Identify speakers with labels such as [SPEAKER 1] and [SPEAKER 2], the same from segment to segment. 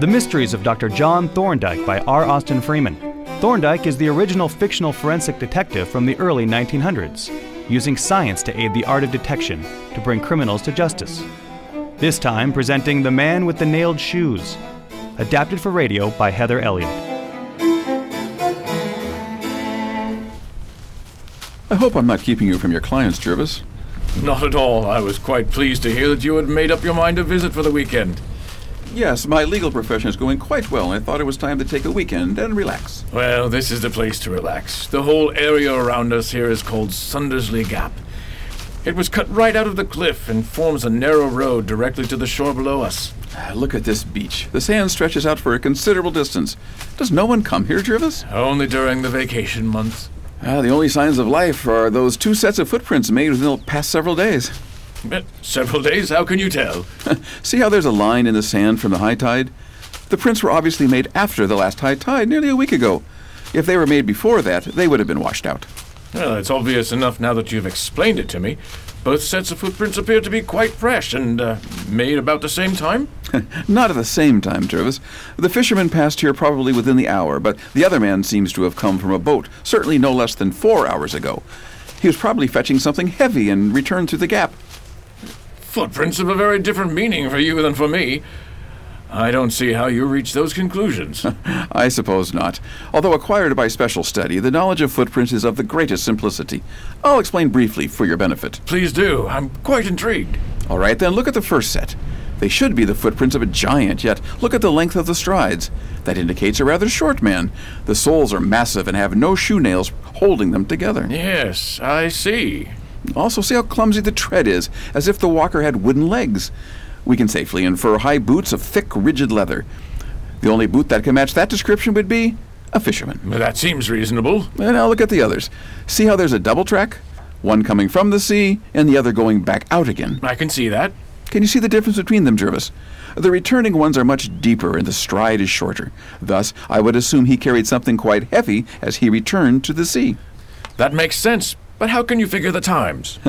[SPEAKER 1] The Mysteries of Dr. John Thorndike by R. Austin Freeman. Thorndike is the original fictional forensic detective from the early 1900s, using science to aid the art of detection to bring criminals to justice. This time presenting The Man with the Nailed Shoes, adapted for radio by Heather Elliott.
[SPEAKER 2] I hope I'm not keeping you from your clients, Jervis.
[SPEAKER 3] Not at all. I was quite pleased to hear that you had made up your mind to visit for the weekend.
[SPEAKER 2] Yes, my legal profession is going quite well. I thought it was time to take a weekend and relax.
[SPEAKER 3] Well, this is the place to relax. The whole area around us here is called Sundersley Gap. It was cut right out of the cliff and forms a narrow road directly to the shore below us.
[SPEAKER 2] Ah, Look at this beach. The sand stretches out for a considerable distance. Does no one come here, Jervis?
[SPEAKER 3] Only during the vacation months.
[SPEAKER 2] Ah, the only signs of life are those two sets of footprints made within the past several days.
[SPEAKER 3] Eh, Several days, how can you tell?
[SPEAKER 2] See how there's a line in the sand from the high tide? The prints were obviously made after the last high tide, nearly a week ago. If they were made before that, they would have been washed out.
[SPEAKER 3] Well, it's obvious enough now that you've explained it to me. Both sets of footprints appear to be quite fresh and uh, made about the same time.
[SPEAKER 2] Not at the same time, Jervis. The fisherman passed here probably within the hour, but the other man seems to have come from a boat, certainly no less than four hours ago. He was probably fetching something heavy and returned through the gap.
[SPEAKER 3] Footprints have a very different meaning for you than for me. I don't see how you reach those conclusions.
[SPEAKER 2] I suppose not. Although acquired by special study, the knowledge of footprints is of the greatest simplicity. I'll explain briefly for your benefit.
[SPEAKER 3] Please do. I'm quite intrigued.
[SPEAKER 2] All right, then, look at the first set. They should be the footprints of a giant, yet look at the length of the strides. That indicates a rather short man. The soles are massive and have no shoe nails holding them together.
[SPEAKER 3] Yes, I see.
[SPEAKER 2] Also, see how clumsy the tread is, as if the walker had wooden legs. We can safely infer high boots of thick, rigid leather. The only boot that can match that description would be a fisherman.
[SPEAKER 3] That seems reasonable.
[SPEAKER 2] And now look at the others. See how there's a double track? One coming from the sea and the other going back out again.
[SPEAKER 3] I can see that.
[SPEAKER 2] Can you see the difference between them, Jervis? The returning ones are much deeper and the stride is shorter. Thus, I would assume he carried something quite heavy as he returned to the sea.
[SPEAKER 3] That makes sense. But how can you figure the times?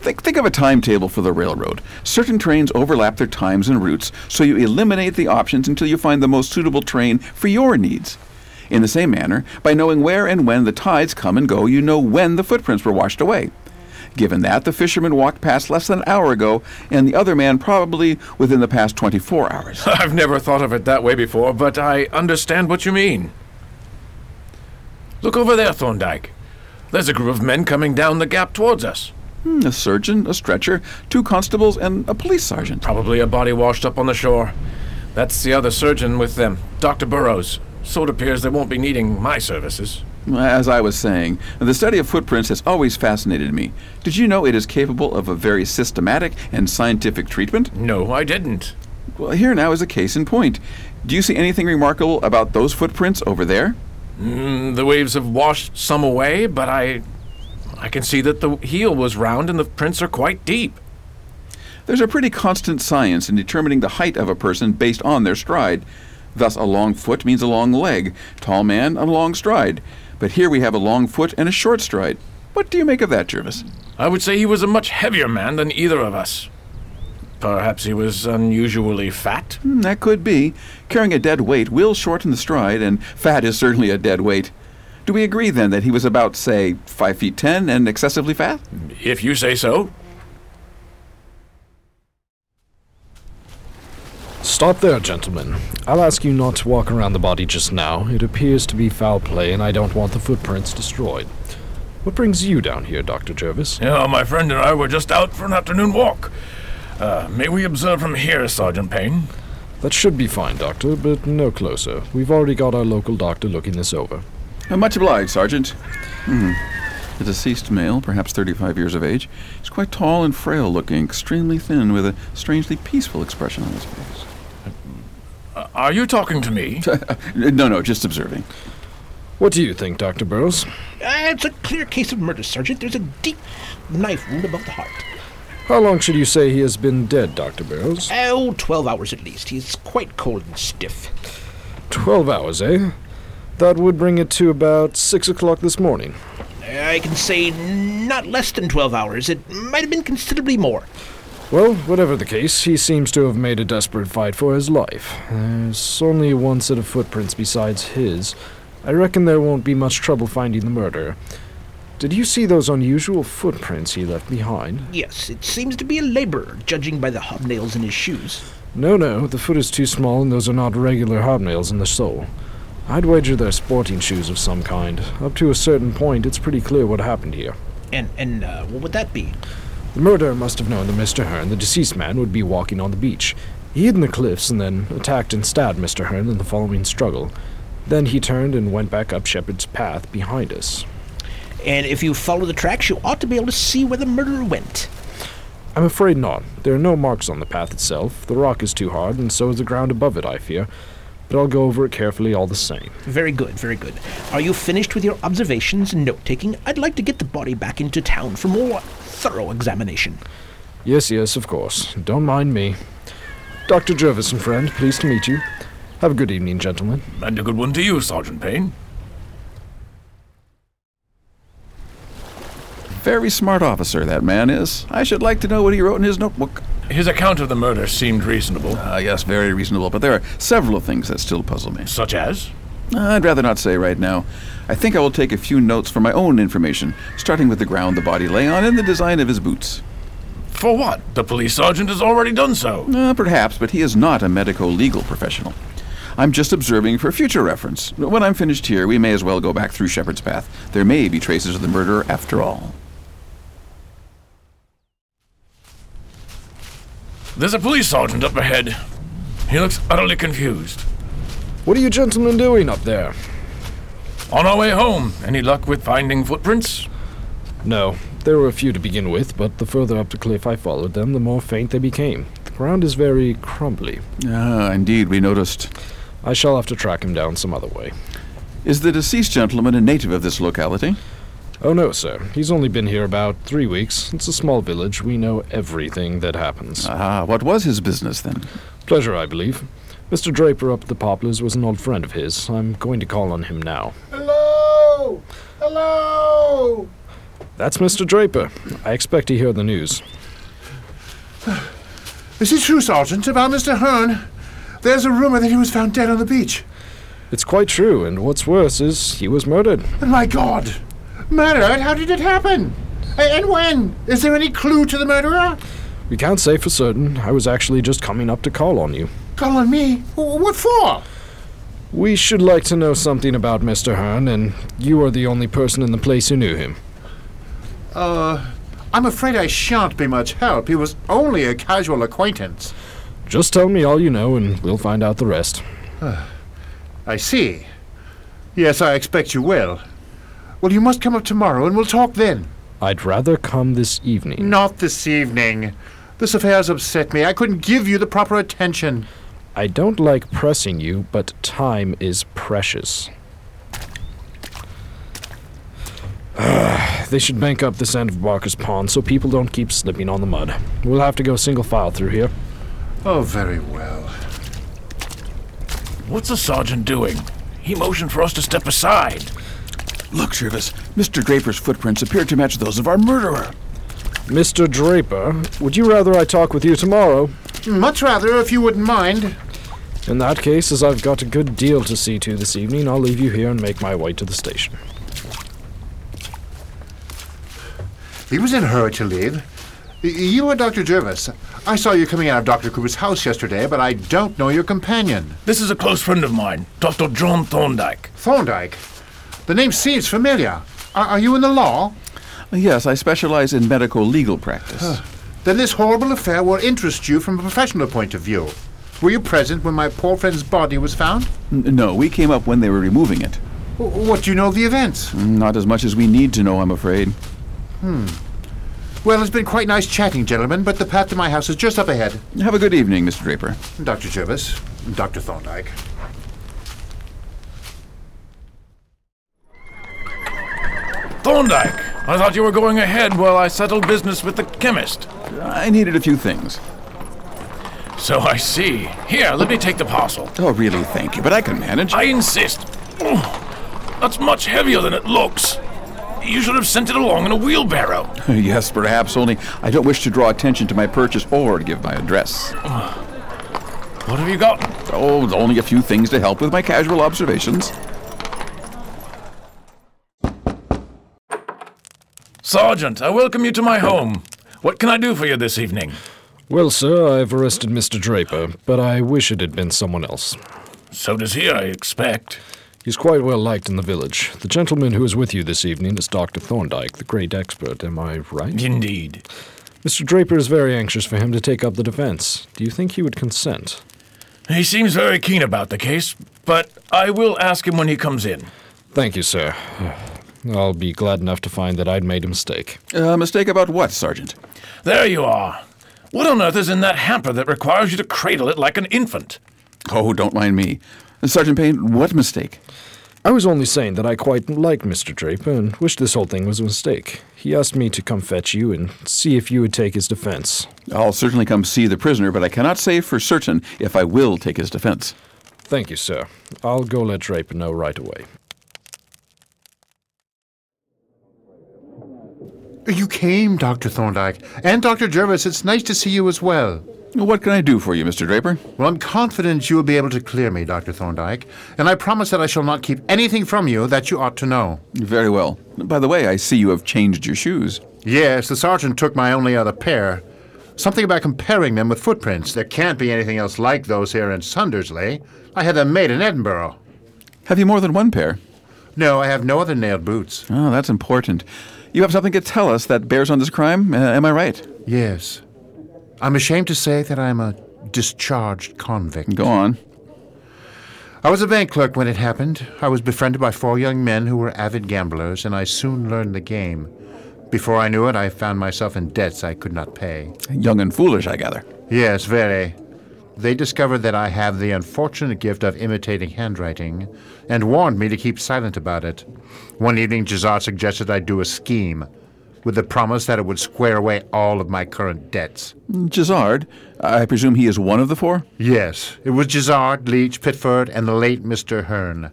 [SPEAKER 2] Think, think of a timetable for the railroad. Certain trains overlap their times and routes, so you eliminate the options until you find the most suitable train for your needs. In the same manner, by knowing where and when the tides come and go, you know when the footprints were washed away. Given that, the fisherman walked past less than an hour ago, and the other man probably within the past 24 hours.
[SPEAKER 3] I've never thought of it that way before, but I understand what you mean. Look over there, Thorndyke. There's a group of men coming down the gap towards us.
[SPEAKER 2] Hmm, a surgeon, a stretcher, two constables, and a police sergeant.
[SPEAKER 3] Probably a body washed up on the shore. That's the other surgeon with them, Dr. Burrows. So it appears they won't be needing my services.
[SPEAKER 2] As I was saying, the study of footprints has always fascinated me. Did you know it is capable of a very systematic and scientific treatment?
[SPEAKER 3] No, I didn't.
[SPEAKER 2] Well, here now is a case in point. Do you see anything remarkable about those footprints over there?
[SPEAKER 3] Mm, the waves have washed some away, but I. I can see that the heel was round and the prints are quite deep.
[SPEAKER 2] There's a pretty constant science in determining the height of a person based on their stride. Thus, a long foot means a long leg, tall man, a long stride. But here we have a long foot and a short stride. What do you make of that, Jervis?
[SPEAKER 3] I would say he was a much heavier man than either of us. Perhaps he was unusually fat.
[SPEAKER 2] Hmm, That could be. Carrying a dead weight will shorten the stride, and fat is certainly a dead weight. Do we agree then that he was about, say, 5 feet 10 and excessively fat?
[SPEAKER 3] If you say so.
[SPEAKER 4] Stop there, gentlemen. I'll ask you not to walk around the body just now. It appears to be foul play, and I don't want the footprints destroyed. What brings you down here, Dr. Jervis?
[SPEAKER 3] You know, my friend and I were just out for an afternoon walk. Uh, may we observe from here, Sergeant Payne?
[SPEAKER 4] That should be fine, Doctor, but no closer. We've already got our local doctor looking this over.
[SPEAKER 2] Uh, Much obliged, Sergeant. Hmm. A deceased male, perhaps 35 years of age. He's quite tall and frail looking, extremely thin, with a strangely peaceful expression on his face.
[SPEAKER 3] Uh, are you talking to me?
[SPEAKER 2] No, no, just observing.
[SPEAKER 4] What do you think, Dr. Burrows?
[SPEAKER 5] Ah, it's a clear case of murder, Sergeant. There's a deep knife wound above the heart.
[SPEAKER 4] How long should you say he has been dead, Dr. Burrows?
[SPEAKER 5] Oh, 12 hours at least. He's quite cold and stiff.
[SPEAKER 4] Twelve hours, eh? That would bring it to about six o'clock this morning.
[SPEAKER 5] Uh, I can say not less than 12 hours. It might have been considerably more.
[SPEAKER 4] Well, whatever the case, he seems to have made a desperate fight for his life. There's only one set of footprints besides his. I reckon there won't be much trouble finding the murderer. Did you see those unusual footprints he left behind?
[SPEAKER 5] Yes, it seems to be a laborer, judging by the hobnails in his shoes.
[SPEAKER 4] No, no, the foot is too small, and those are not regular hobnails in the sole. I'd wager they're sporting shoes of some kind. Up to a certain point, it's pretty clear what happened here.
[SPEAKER 5] And and uh, what would that be?
[SPEAKER 4] The murderer must have known that Mr. Hearn, the deceased man, would be walking on the beach. He hid in the cliffs and then attacked and stabbed Mr. Hearn in the following struggle. Then he turned and went back up Shepherd's path behind us.
[SPEAKER 5] And if you follow the tracks, you ought to be able to see where the murderer went.
[SPEAKER 4] I'm afraid not. There are no marks on the path itself. The rock is too hard, and so is the ground above it, I fear. But I'll go over it carefully all the same.
[SPEAKER 5] Very good, very good. Are you finished with your observations and note taking? I'd like to get the body back into town for more thorough examination.
[SPEAKER 4] Yes, yes, of course. Don't mind me. Dr. Jervis and friend, pleased to meet you. Have a good evening, gentlemen.
[SPEAKER 3] And a good one to you, Sergeant Payne.
[SPEAKER 2] Very smart officer that man is. I should like to know what he wrote in his notebook.
[SPEAKER 3] His account of the murder seemed reasonable,
[SPEAKER 2] Ah, yes, very reasonable, but there are several things that still puzzle me.
[SPEAKER 3] such as
[SPEAKER 2] I'd rather not say right now. I think I will take a few notes for my own information, starting with the ground the body lay on and the design of his boots.
[SPEAKER 3] for what? The police sergeant has already done so.
[SPEAKER 2] Uh, perhaps, but he is not a medico legal professional. I'm just observing for future reference. When I'm finished here, we may as well go back through Shepherd's Path. There may be traces of the murderer after all.
[SPEAKER 3] There's a police sergeant up ahead. He looks utterly confused.
[SPEAKER 4] What are you gentlemen doing up there?
[SPEAKER 3] On our way home, any luck with finding footprints?
[SPEAKER 4] No, there were a few to begin with, but the further up the cliff I followed them, the more faint they became. The ground is very crumbly.
[SPEAKER 2] Ah, indeed, we noticed.
[SPEAKER 4] I shall have to track him down some other way.
[SPEAKER 2] Is the deceased gentleman a native of this locality?
[SPEAKER 4] Oh no, sir. He's only been here about three weeks. It's a small village. We know everything that happens.
[SPEAKER 2] Ah, what was his business then?
[SPEAKER 4] Pleasure, I believe. Mr. Draper up at the Poplars was an old friend of his. I'm going to call on him now.
[SPEAKER 6] Hello! Hello!
[SPEAKER 4] That's Mr. Draper. I expect to hear the news.
[SPEAKER 6] Is it true, Sergeant, about Mr. Hearn? There's a rumor that he was found dead on the beach.
[SPEAKER 4] It's quite true, and what's worse is he was murdered.
[SPEAKER 6] And my God! Murdered? How did it happen? A- And when? Is there any clue to the murderer?
[SPEAKER 4] We can't say for certain. I was actually just coming up to call on you.
[SPEAKER 6] Call on me. Wh- What for?
[SPEAKER 4] We should like to know something about Mr. Hearn, and you are the only person in the place who knew him.
[SPEAKER 6] I'm afraid I shan't be much help. He was only a casual acquaintance.
[SPEAKER 4] Just tell me all you know, and we'll find out the rest.
[SPEAKER 6] I see. Yes, I expect you will. Well, you must come up tomorrow and we'll talk then.
[SPEAKER 4] I'd rather come this evening.
[SPEAKER 6] Not this evening. This affair's upset me. I couldn't give you the proper attention.
[SPEAKER 4] I don't like pressing you, but time is precious. Ah, they should bank up this end of Barker's Pond so people don't keep slipping on the mud. We'll have to go single file through here.
[SPEAKER 6] Oh, very well.
[SPEAKER 3] What's the sergeant doing? He motioned for us to step aside.
[SPEAKER 2] Look, Jervis, Mr. Draper's footprints appear to match those of our murderer.
[SPEAKER 4] Mr. Draper, would you rather I talk with you tomorrow?
[SPEAKER 6] Much rather, if you wouldn't mind.
[SPEAKER 4] In that case, as I've got a good deal to see to this evening, I'll leave you here and make my way to the station.
[SPEAKER 6] He was in a hurry to leave. Y- You are Dr. Jervis. I saw you coming out of Dr. Cooper's house yesterday, but I don't know your companion.
[SPEAKER 3] This is a close friend of mine, Dr. John Thorndyke.
[SPEAKER 6] Thorndyke. The name seems familiar. Are, are you in the law?
[SPEAKER 2] Yes, I specialize in medico legal practice.
[SPEAKER 6] Then this horrible affair will interest you from a professional point of view. Were you present when my poor friend's body was found?
[SPEAKER 2] N- no, we came up when they were removing it.
[SPEAKER 6] W- What do you know of the events?
[SPEAKER 2] Not as much as we need to know, I'm afraid.
[SPEAKER 6] Well, it's been quite nice chatting, gentlemen, but the path to my house is just up ahead.
[SPEAKER 2] Have a good evening, Mr. Draper.
[SPEAKER 6] Dr. Jervis, Dr. Thorndyke.
[SPEAKER 3] Thorndyke! I thought you were going ahead while I settled business with the chemist.
[SPEAKER 2] I needed a few things.
[SPEAKER 3] So I see. Here, let me take the parcel.
[SPEAKER 2] Oh, really, thank you, but I can manage.
[SPEAKER 3] I insist. Oh, that's much heavier than it looks. You should have sent it along in a wheelbarrow.
[SPEAKER 2] yes, perhaps, only I don't wish to draw attention to my purchase or to give my address.
[SPEAKER 3] What have you got?
[SPEAKER 2] Oh, only a few things to help with my casual observations.
[SPEAKER 3] Sergeant, I welcome you to my home. What can I do for you this evening?
[SPEAKER 4] Well, sir, I've arrested Mr. Draper, but I wish it had been someone else.
[SPEAKER 3] So does he, I expect.
[SPEAKER 4] He's quite well liked in the village. The gentleman who is with you this evening is Dr. Thorndyke, the great expert, am I right?
[SPEAKER 3] Indeed.
[SPEAKER 4] Mr. Draper is very anxious for him to take up the defense. Do you think he would consent?
[SPEAKER 3] He seems very keen about the case, but I will ask him when he comes in.
[SPEAKER 4] Thank you, sir. I'll be glad enough to find that I'd made a mistake.
[SPEAKER 2] A mistake about what, Sergeant?
[SPEAKER 3] There you are. What on earth is in that hamper that requires you to cradle it like an infant?
[SPEAKER 2] Oh, don't mind me. Sergeant Payne, what mistake?
[SPEAKER 4] I was only saying that I quite like Mr. Draper and wish this whole thing was a mistake. He asked me to come fetch you and see if you would take his defense.
[SPEAKER 2] I'll certainly come see the prisoner, but I cannot say for certain if I will take his defense.
[SPEAKER 4] Thank you, sir. I'll go let Draper know right away.
[SPEAKER 6] You came, Dr. Thorndyke. And Dr. Jervis, it's nice to see you as well.
[SPEAKER 2] What can I do for you, Mr. Draper?
[SPEAKER 6] Well, I'm confident you will be able to clear me, Dr. Thorndyke, and I promise that I shall not keep anything from you that you ought to know.
[SPEAKER 2] Very well. By the way, I see you have changed your shoes.
[SPEAKER 6] Yes, the sergeant took my only other pair. Something about comparing them with footprints. There can't be anything else like those here in Sundersley. I had them made in Edinburgh.
[SPEAKER 2] Have you more than one pair?
[SPEAKER 6] No, I have no other nailed boots.
[SPEAKER 2] Oh, that's important. You have something to tell us that bears on this crime, uh, am I right?
[SPEAKER 6] Yes. I'm ashamed to say that I'm a discharged convict.
[SPEAKER 2] Go on.
[SPEAKER 6] I was a bank clerk when it happened. I was befriended by four young men who were avid gamblers, and I soon learned the game. Before I knew it, I found myself in debts I could not pay.
[SPEAKER 2] Young and foolish, I gather.
[SPEAKER 6] Yes, very. They discovered that I have the unfortunate gift of imitating handwriting and warned me to keep silent about it. One evening, Jazar suggested I do a scheme with the promise that it would square away all of my current debts.
[SPEAKER 2] Gisard, I presume he is one of the four?
[SPEAKER 6] Yes, it was Gisard, Leach, Pitford, and the late Mr. Hearn.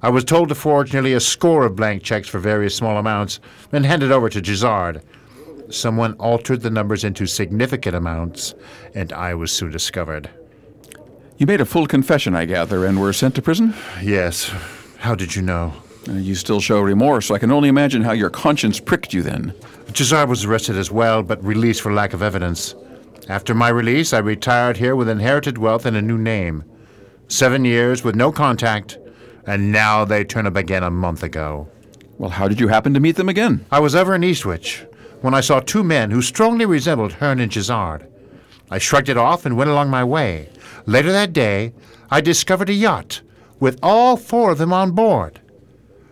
[SPEAKER 6] I was told to forge nearly a score of blank checks for various small amounts and hand it over to Gisard. Someone altered the numbers into significant amounts, and I was soon discovered.
[SPEAKER 2] You made a full confession, I gather, and were sent to prison?
[SPEAKER 6] Yes. How did you know?
[SPEAKER 2] Uh, You still show remorse, so I can only imagine how your conscience pricked you then.
[SPEAKER 6] Gisard was arrested as well, but released for lack of evidence. After my release, I retired here with inherited wealth and a new name. Seven years with no contact, and now they turn up again a month ago.
[SPEAKER 2] Well, how did you happen to meet them again?
[SPEAKER 6] I was over in Eastwich when I saw two men who strongly resembled Hearn and Gisard. I shrugged it off and went along my way. Later that day, I discovered a yacht with all four of them on board.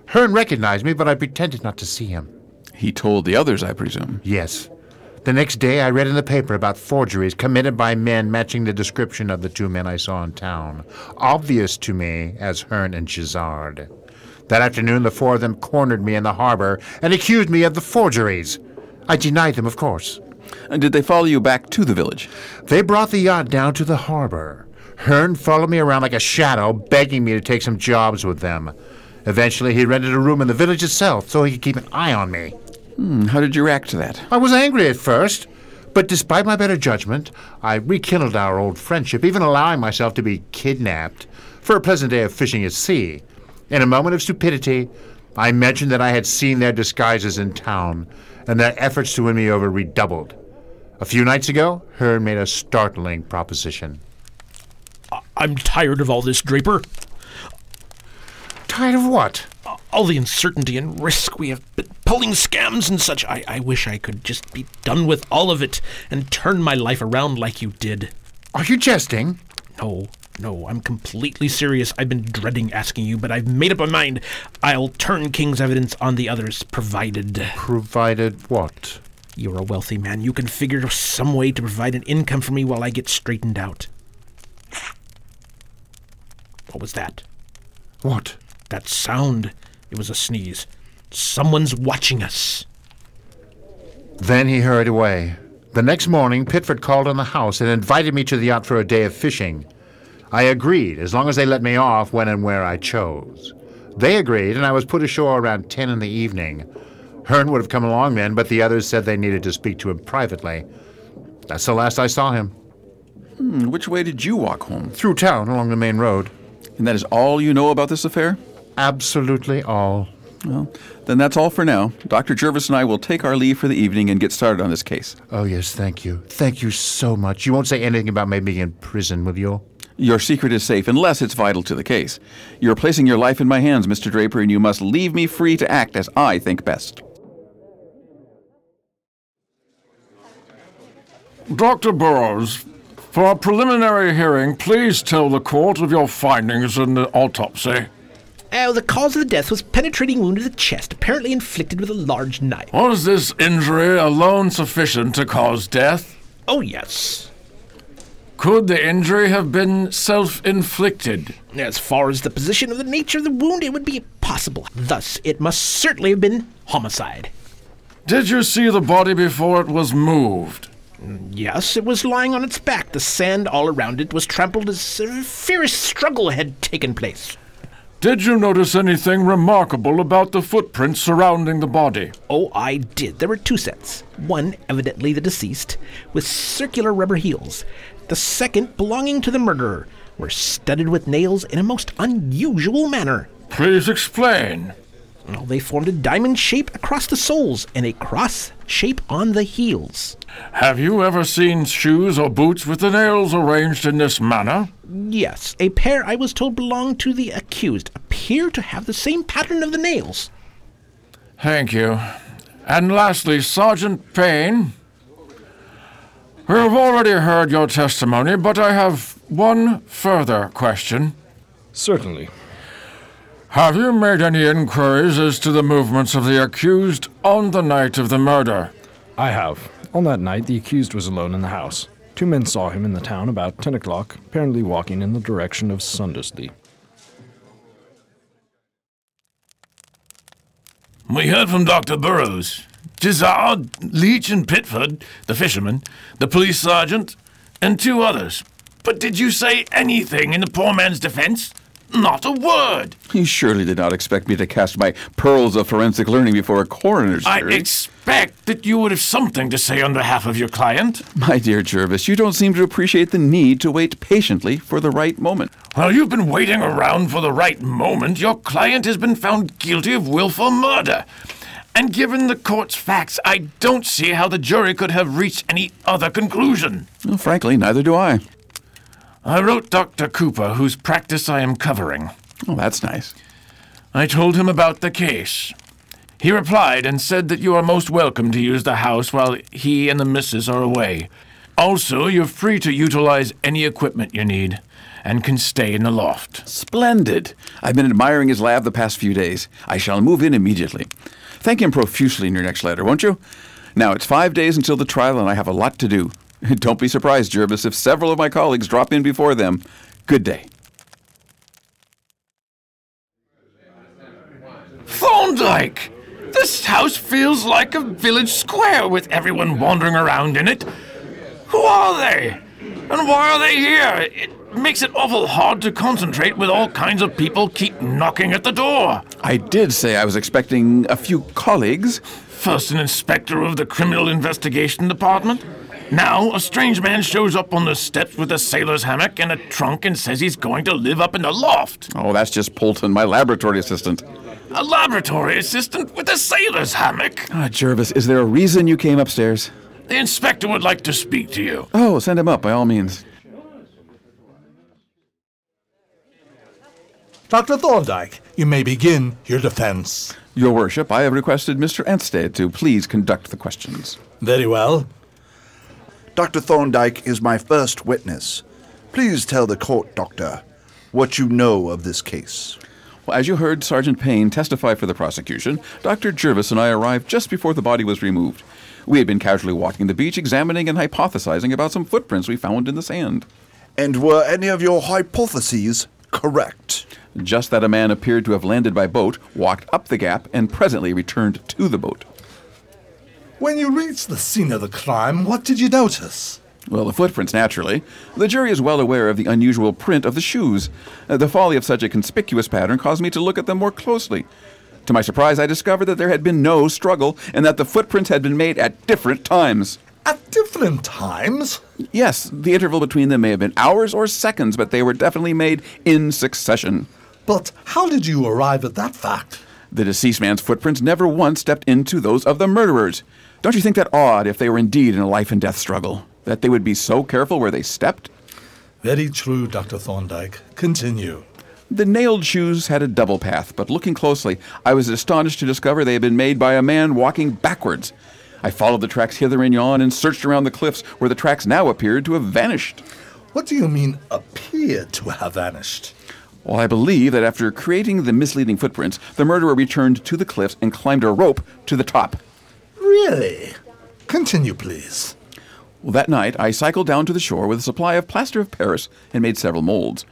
[SPEAKER 6] Hearn recognized me, but I pretended not to see him.
[SPEAKER 2] He told the others, I presume.
[SPEAKER 6] Yes. The next day, I read in the paper about forgeries committed by men matching the description of the two men I saw in town, obvious to me as Hearn and Gisard. That afternoon, the four of them cornered me in the harbor and accused me of the forgeries. I denied them, of course.
[SPEAKER 2] And did they follow you back to the village?
[SPEAKER 6] They brought the yacht down to the harbor. Hearn followed me around like a shadow, begging me to take some jobs with them. Eventually, he rented a room in the village itself so he could keep an eye on me.
[SPEAKER 2] And Hmm, how did you react to that?
[SPEAKER 6] I was angry at first, but despite my better judgment, I rekindled our old friendship, even allowing myself to be kidnapped for a pleasant day of fishing at sea. In a moment of stupidity, I mentioned that I had seen their disguises in town, and their efforts to win me over redoubled. A few nights ago, Hearn made a startling proposition.
[SPEAKER 5] I'm tired of all this, Draper.
[SPEAKER 6] Tired of what?
[SPEAKER 5] All the uncertainty and risk we have been pulling scams and such. I, I wish I could just be done with all of it and turn my life around like you did.
[SPEAKER 6] Are you jesting?
[SPEAKER 5] No, no, I'm completely serious. I've been dreading asking you, but I've made up my mind. I'll turn King's evidence on the others, provided
[SPEAKER 6] Provided what?
[SPEAKER 5] you're a wealthy man. You can figure some way to provide an income for me while I get straightened out. What was that?
[SPEAKER 6] What?
[SPEAKER 5] That sound. It was a sneeze. Someone's watching us.
[SPEAKER 6] Then he hurried away. The next morning, Pitford called on the house and invited me to the yacht for a day of fishing. I agreed, as long as they let me off when and where I chose. They agreed, and I was put ashore around 10 in the evening. Hearn would have come along then, but the others said they needed to speak to him privately. That's the last I saw him.
[SPEAKER 2] Hmm, Which way did you walk home?
[SPEAKER 6] Through town along the main road.
[SPEAKER 2] And that is all you know about this affair?
[SPEAKER 6] Absolutely all.
[SPEAKER 2] Well, then that's all for now. Dr. Jervis and I will take our leave for the evening and get started on this case.
[SPEAKER 6] Oh, yes, thank you. Thank you so much. You won't say anything about me being in prison, will you?
[SPEAKER 2] Your secret is safe unless it's vital to the case. You're placing your life in my hands, Mr. Draper, and you must leave me free to act as I think best.
[SPEAKER 7] Dr. Burrows, for a preliminary hearing, please tell the court of your findings in the autopsy.
[SPEAKER 5] Oh, the cause of the death was penetrating wound to the chest, apparently inflicted with a large knife.
[SPEAKER 7] Was this injury alone sufficient to cause death?
[SPEAKER 5] Oh, yes.
[SPEAKER 7] Could the injury have been self inflicted?
[SPEAKER 5] As far as the position of the nature of the wound, it would be possible. Thus, it must certainly have been homicide.
[SPEAKER 7] Did you see the body before it was moved?
[SPEAKER 5] Yes, it was lying on its back. The sand all around it was trampled as a fierce struggle had taken place.
[SPEAKER 7] Did you notice anything remarkable about the footprints surrounding the body?
[SPEAKER 5] Oh, I did. There were two sets. One, evidently the deceased, with circular rubber heels. The second, belonging to the murderer, were studded with nails in a most unusual manner.
[SPEAKER 7] Please explain.
[SPEAKER 5] Well, they formed a diamond shape across the soles and a cross shape on the heels.
[SPEAKER 7] Have you ever seen shoes or boots with the nails arranged in this manner?
[SPEAKER 5] Yes, a pair I was told belonged to the accused appear to have the same pattern of the nails.
[SPEAKER 7] Thank you. And lastly, Sergeant Payne. We have already heard your testimony, but I have one further question.
[SPEAKER 4] Certainly.
[SPEAKER 7] Have you made any inquiries as to the movements of the accused on the night of the murder?
[SPEAKER 4] I have. On that night, the accused was alone in the house. Two men saw him in the town about 10 o'clock, apparently walking in the direction of Sundersley.
[SPEAKER 3] We heard from Dr. Burrows, Gizzard, Leach, and Pitford, the fisherman, the police sergeant, and two others. But did you say anything in the poor man's defense? Not a word.
[SPEAKER 2] You surely did not expect me to cast my pearls of forensic learning before a coroner's
[SPEAKER 3] I
[SPEAKER 2] jury.
[SPEAKER 3] expect that you would have something to say on behalf of your client.
[SPEAKER 2] my dear Jervis, you don't seem to appreciate the need to wait patiently for the right moment.
[SPEAKER 3] While you've been waiting around for the right moment, your client has been found guilty of willful murder. And given the court's facts, I don't see how the jury could have reached any other conclusion.
[SPEAKER 2] Well, frankly, neither do I.
[SPEAKER 3] I wrote Dr. Cooper, whose practice I am covering.
[SPEAKER 2] Oh, that's nice.
[SPEAKER 3] I told him about the case. He replied and said that you are most welcome to use the house while he and the missus are away. Also, you're free to utilize any equipment you need and can stay in the loft.
[SPEAKER 2] Splendid. I've been admiring his lab the past few days. I shall move in immediately. Thank him profusely in your next letter, won't you? Now, it's five days until the trial, and I have a lot to do. Don't be surprised, Jervis, if several of my colleagues drop in before them. Good day.
[SPEAKER 3] Thorndyke! This house feels like a village square with everyone wandering around in it. Who are they? And why are they here? It makes it awful hard to concentrate with all kinds of people keep knocking at the door.
[SPEAKER 2] I did say I was expecting a few colleagues.
[SPEAKER 3] First, an inspector of the Criminal Investigation Department. Now, a strange man shows up on the steps with a sailor's hammock and a trunk and says he's going to live up in the loft.
[SPEAKER 2] Oh, that's just Polton, my laboratory assistant.
[SPEAKER 3] A laboratory assistant with a sailor's hammock.
[SPEAKER 2] Ah, Jervis, is there a reason you came upstairs?
[SPEAKER 3] The inspector would like to speak to you.
[SPEAKER 2] Oh, send him up, by all means.
[SPEAKER 8] Dr. Thorndyke, you may begin your defense.
[SPEAKER 2] Your Worship, I have requested Mr. Anstey to please conduct the questions.
[SPEAKER 8] Very well.
[SPEAKER 9] Dr. Thorndyke is my first witness. Please tell the court, Doctor, what you know of this case.
[SPEAKER 2] Well, as you heard Sergeant Payne testify for the prosecution, Dr. Jervis and I arrived just before the body was removed. We had been casually walking the beach, examining and hypothesizing about some footprints we found in the sand.
[SPEAKER 9] And were any of your hypotheses correct?
[SPEAKER 2] Just that a man appeared to have landed by boat, walked up the gap, and presently returned to the boat.
[SPEAKER 8] When you reached the scene of the crime, what did you notice?
[SPEAKER 2] Well, the footprints, naturally. The jury is well aware of the unusual print of the shoes. Uh, the folly of such a conspicuous pattern caused me to look at them more closely. To my surprise, I discovered that there had been no struggle and that the footprints had been made at different times.
[SPEAKER 8] At different times?
[SPEAKER 2] Yes, the interval between them may have been hours or seconds, but they were definitely made in succession.
[SPEAKER 8] But how did you arrive at that fact?
[SPEAKER 2] The deceased man's footprints never once stepped into those of the murderers. Don't you think that odd if they were indeed in a life and death struggle? That they would be so careful where they stepped?
[SPEAKER 8] Very true, Dr. Thorndyke. Continue.
[SPEAKER 2] The nailed shoes had a double path, but looking closely, I was astonished to discover they had been made by a man walking backwards. I followed the tracks hither and yon and searched around the cliffs where the tracks now appeared to have vanished.
[SPEAKER 8] What do you mean appeared to have vanished?
[SPEAKER 2] Well, I believe that after creating the misleading footprints, the murderer returned to the cliffs and climbed a rope to the top.
[SPEAKER 8] Really? Continue, please.
[SPEAKER 2] Well, that night, I cycled down to the shore with a supply of plaster of Paris and made several molds.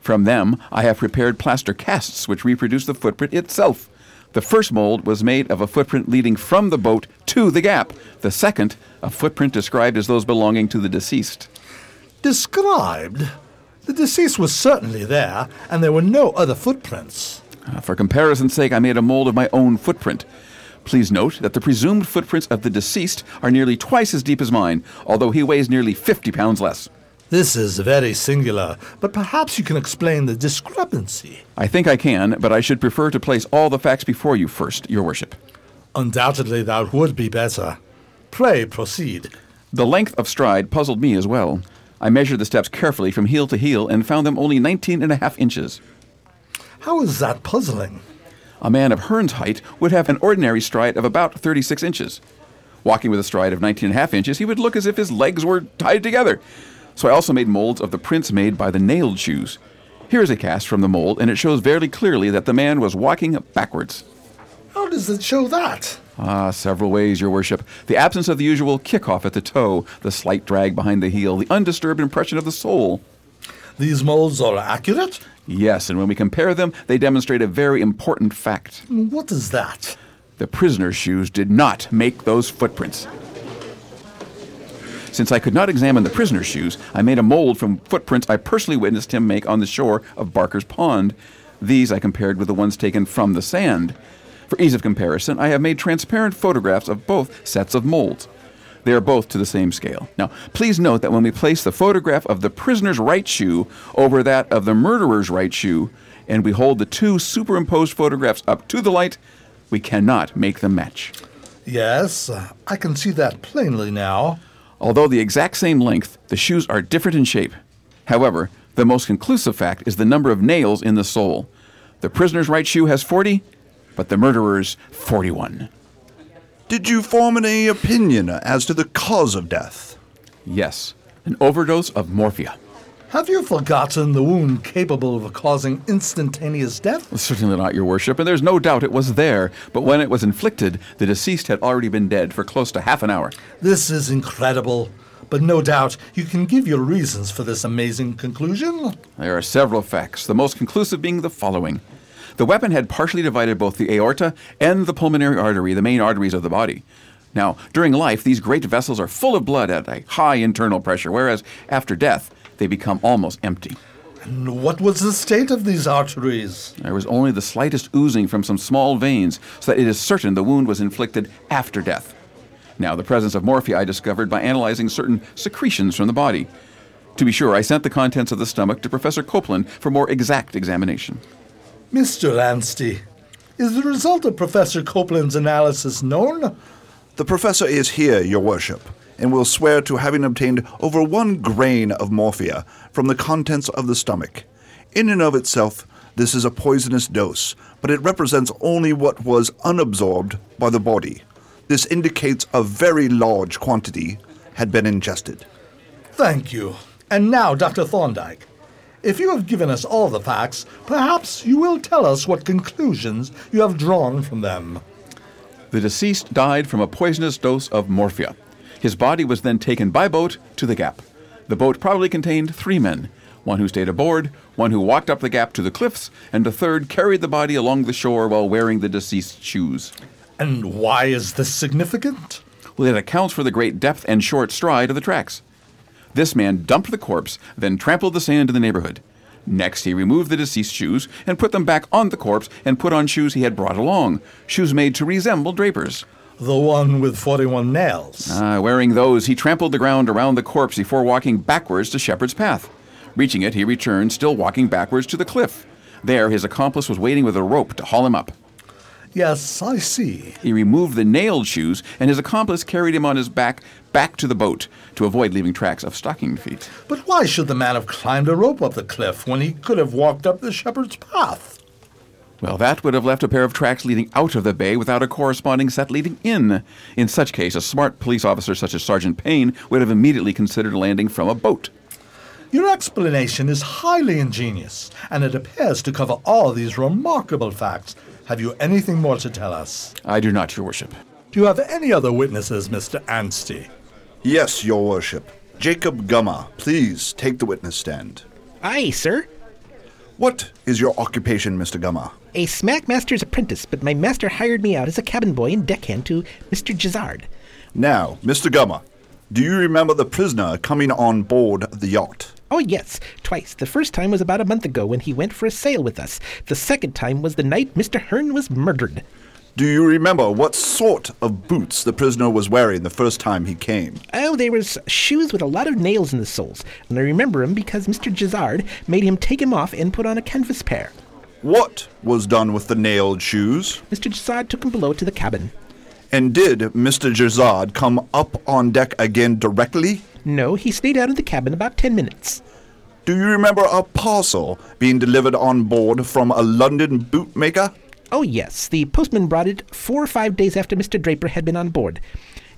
[SPEAKER 2] From them, I have prepared plaster casts which reproduce the footprint itself. The first mold was made of a footprint leading from the boat to the gap. The second, a footprint described as those belonging to the deceased.
[SPEAKER 8] Described? The deceased was certainly there, and there were no other footprints.
[SPEAKER 2] Uh, For comparison's sake, I made a mold of my own footprint. Please note that the presumed footprints of the deceased are nearly twice as deep as mine, although he weighs nearly 50 pounds less.
[SPEAKER 8] This is very singular, but perhaps you can explain the discrepancy.
[SPEAKER 2] I think I can, but I should prefer to place all the facts before you first, Your Worship.
[SPEAKER 8] Undoubtedly, that would be better. Pray proceed.
[SPEAKER 2] The length of stride puzzled me as well. I measured the steps carefully from heel to heel and found them only 19 and a half inches.
[SPEAKER 8] How is that puzzling?
[SPEAKER 2] A man of Hearn's height would have an ordinary stride of about 36 inches. Walking with a stride of 19 and a half inches, he would look as if his legs were tied together. So I also made molds of the prints made by the nailed shoes. Here is a cast from the mold, and it shows very clearly that the man was walking backwards.
[SPEAKER 8] How does it show that?
[SPEAKER 2] Ah, several ways, Your Worship. The absence of the usual kickoff at the toe, the slight drag behind the heel, the undisturbed impression of the sole.
[SPEAKER 8] These molds are accurate?
[SPEAKER 2] Yes, and when we compare them, they demonstrate a very important fact.
[SPEAKER 8] What is that?
[SPEAKER 2] The prisoner's shoes did not make those footprints. Since I could not examine the prisoner's shoes, I made a mold from footprints I personally witnessed him make on the shore of Barker's Pond. These I compared with the ones taken from the sand. For ease of comparison, I have made transparent photographs of both sets of molds. They are both to the same scale. Now, please note that when we place the photograph of the prisoner's right shoe over that of the murderer's right shoe, and we hold the two superimposed photographs up to the light, we cannot make them match.
[SPEAKER 8] Yes, I can see that plainly now.
[SPEAKER 2] Although the exact same length, the shoes are different in shape. However, the most conclusive fact is the number of nails in the sole. The prisoner's right shoe has 40, but the murderer's 41.
[SPEAKER 9] Did you form any opinion as to the cause of death?
[SPEAKER 2] Yes, an overdose of morphia.
[SPEAKER 8] Have you forgotten the wound capable of causing instantaneous death?
[SPEAKER 2] Certainly not, Your Worship, and there's no doubt it was there, but when it was inflicted, the deceased had already been dead for close to half an hour.
[SPEAKER 8] This is incredible. But no doubt you can give your reasons for this amazing conclusion.
[SPEAKER 2] There are several facts, the most conclusive being the following. The weapon had partially divided both the aorta and the pulmonary artery, the main arteries of the body. Now, during life, these great vessels are full of blood at a high internal pressure, whereas after death, they become almost empty.
[SPEAKER 8] And what was the state of these arteries?
[SPEAKER 2] There was only the slightest oozing from some small veins, so that it is certain the wound was inflicted after death. Now, the presence of morphia I discovered by analyzing certain secretions from the body. To be sure, I sent the contents of the stomach to Professor Copeland for more exact examination.
[SPEAKER 8] Mr. Anstey, is the result of Professor Copeland's analysis known?
[SPEAKER 9] The professor is here, your worship, and will swear to having obtained over one grain of morphia from the contents of the stomach. In and of itself, this is a poisonous dose, but it represents only what was unabsorbed by the body. This indicates a very large quantity had been ingested.
[SPEAKER 8] Thank you. And now, Dr. Thorndyke, if you have given us all the facts, perhaps you will tell us what conclusions you have drawn from them.
[SPEAKER 2] The deceased died from a poisonous dose of morphia. His body was then taken by boat to the gap. The boat probably contained three men one who stayed aboard, one who walked up the gap to the cliffs, and a third carried the body along the shore while wearing the deceased's shoes.
[SPEAKER 8] And why is this significant?
[SPEAKER 2] Well, it accounts for the great depth and short stride of the tracks. This man dumped the corpse, then trampled the sand in the neighborhood. Next, he removed the deceased's shoes and put them back on the corpse and put on shoes he had brought along, shoes made to resemble Draper's.
[SPEAKER 8] The one with 41 nails.
[SPEAKER 2] Ah, wearing those, he trampled the ground around the corpse before walking backwards to Shepherd's path. Reaching it, he returned, still walking backwards to the cliff. There, his accomplice was waiting with a rope to haul him up.
[SPEAKER 8] Yes, I see.
[SPEAKER 2] He removed the nailed shoes, and his accomplice carried him on his back back to the boat to avoid leaving tracks of stocking feet.
[SPEAKER 8] But why should the man have climbed a rope up the cliff when he could have walked up the shepherd's path?
[SPEAKER 2] Well, that would have left a pair of tracks leading out of the bay without a corresponding set leading in. In such case, a smart police officer such as Sergeant Payne would have immediately considered landing from a boat.
[SPEAKER 8] Your explanation is highly ingenious, and it appears to cover all these remarkable facts. Have you anything more to tell us?
[SPEAKER 2] I do not, Your Worship.
[SPEAKER 8] Do you have any other witnesses, Mr. Anstey?
[SPEAKER 9] Yes, Your Worship. Jacob Gummer, please take the witness stand.
[SPEAKER 5] Aye, sir.
[SPEAKER 9] What is your occupation, Mr. Gummer?
[SPEAKER 5] A smackmaster's apprentice, but my master hired me out as a cabin boy and deckhand to Mr. Gizzard.
[SPEAKER 9] Now, Mr. Gummer, do you remember the prisoner coming on board the yacht?
[SPEAKER 5] Oh, yes, twice. The first time was about a month ago when he went for a sail with us. The second time was the night Mr. Hearn was murdered.
[SPEAKER 9] Do you remember what sort of boots the prisoner was wearing the first time he came?
[SPEAKER 5] Oh, there was shoes with a lot of nails in the soles, and I remember 'em because Mr. Gizzard made him take 'em off and put on a canvas pair.
[SPEAKER 9] What was done with the nailed shoes?
[SPEAKER 5] Mr. Gizzard took 'em below to the cabin.
[SPEAKER 9] And did Mr. Girzard come up on deck again directly?
[SPEAKER 5] No, he stayed out of the cabin about ten minutes.
[SPEAKER 9] Do you remember a parcel being delivered on board from a London bootmaker?
[SPEAKER 5] Oh, yes, the postman brought it four or five days after Mr. Draper had been on board.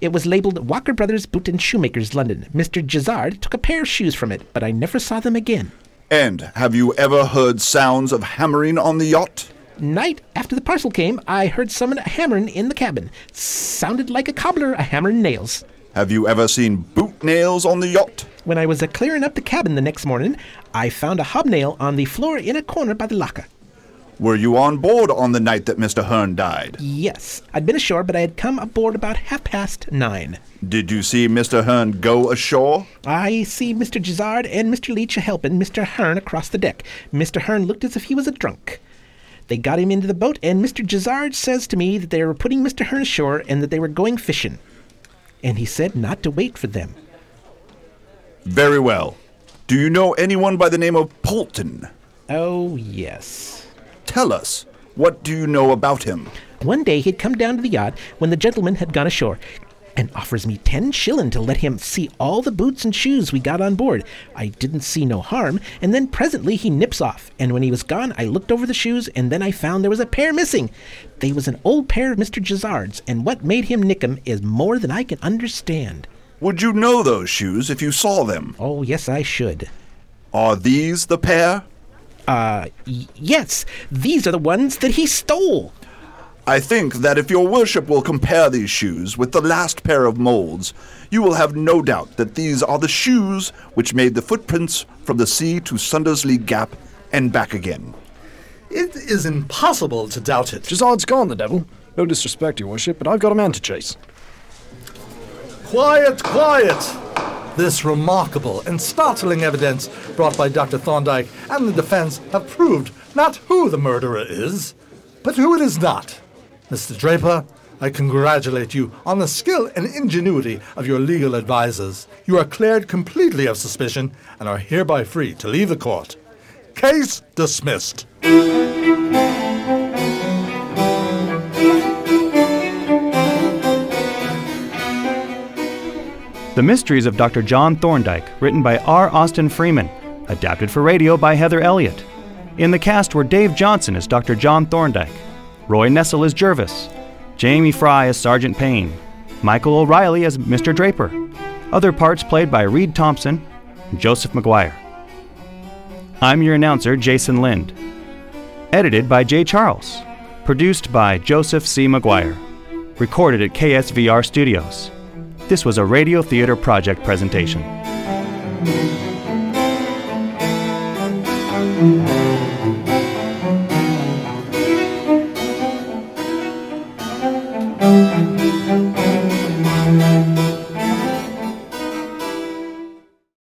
[SPEAKER 5] It was labeled Walker Brothers Boot and Shoemakers, London. Mr. Gizzard took a pair of shoes from it, but I never saw them again.
[SPEAKER 9] And have you ever heard sounds of hammering on the yacht?
[SPEAKER 5] Night after the parcel came, I heard someone hammering in the cabin. Sounded like a cobbler a hammering nails.
[SPEAKER 9] Have you ever seen boot nails on the yacht?
[SPEAKER 5] When I was a clearing up the cabin the next morning, I found a hobnail on the floor in a corner by the locker.
[SPEAKER 9] Were you on board on the night that Mr. Hearn died?
[SPEAKER 5] Yes, I'd been ashore, but I had come aboard about half past nine.
[SPEAKER 9] Did you see Mr. Hearn go ashore?
[SPEAKER 5] I see Mr. Gizzard and Mr. Leach a helping Mr. Hearn across the deck. Mr. Hearn looked as if he was a drunk. They got him into the boat, and Mr. Gizzard says to me that they were putting Mr. Hearn ashore and that they were going fishing. And he said not to wait for them.
[SPEAKER 9] Very well. Do you know anyone by the name of Polton?
[SPEAKER 5] Oh, yes.
[SPEAKER 9] Tell us, what do you know about him?
[SPEAKER 5] One day he'd come down to the yacht when the gentleman had gone ashore and offers me ten shillin' to let him see all the boots and shoes we got on board. I didn't see no harm, and then presently he nips off, and when he was gone I looked over the shoes and then I found there was a pair missing. They was an old pair of Mr. Gizzard's, and what made him nick 'em is more than I can understand.
[SPEAKER 9] Would you know those shoes if you saw them?
[SPEAKER 5] Oh, yes, I should.
[SPEAKER 9] Are these the pair?
[SPEAKER 5] Uh, y- yes, these are the ones that he stole.
[SPEAKER 9] I think that if your worship will compare these shoes with the last pair of molds, you will have no doubt that these are the shoes which made the footprints from the sea to Sundersley Gap and back again.
[SPEAKER 8] It is impossible to doubt it.
[SPEAKER 4] Gizzard's gone, the devil. No disrespect, Your Worship, but I've got a man to chase.
[SPEAKER 8] Quiet, quiet! This remarkable and startling evidence brought by Dr. Thorndyke and the defense have proved not who the murderer is, but who it is not. Mr. Draper, I congratulate you on the skill and ingenuity of your legal advisers. You are cleared completely of suspicion and are hereby free to leave the court. Case dismissed.
[SPEAKER 1] The Mysteries of Dr. John Thorndike, written by R. Austin Freeman, adapted for radio by Heather Elliott. In the cast were Dave Johnson as Dr. John Thorndike, Roy Nessel as Jervis, Jamie Fry as Sergeant Payne, Michael O'Reilly as Mr. Draper. Other parts played by Reed Thompson and Joseph McGuire. I'm your announcer, Jason Lind. Edited by Jay Charles. Produced by Joseph C. McGuire. Recorded at KSVR Studios. This was a Radio Theater Project presentation.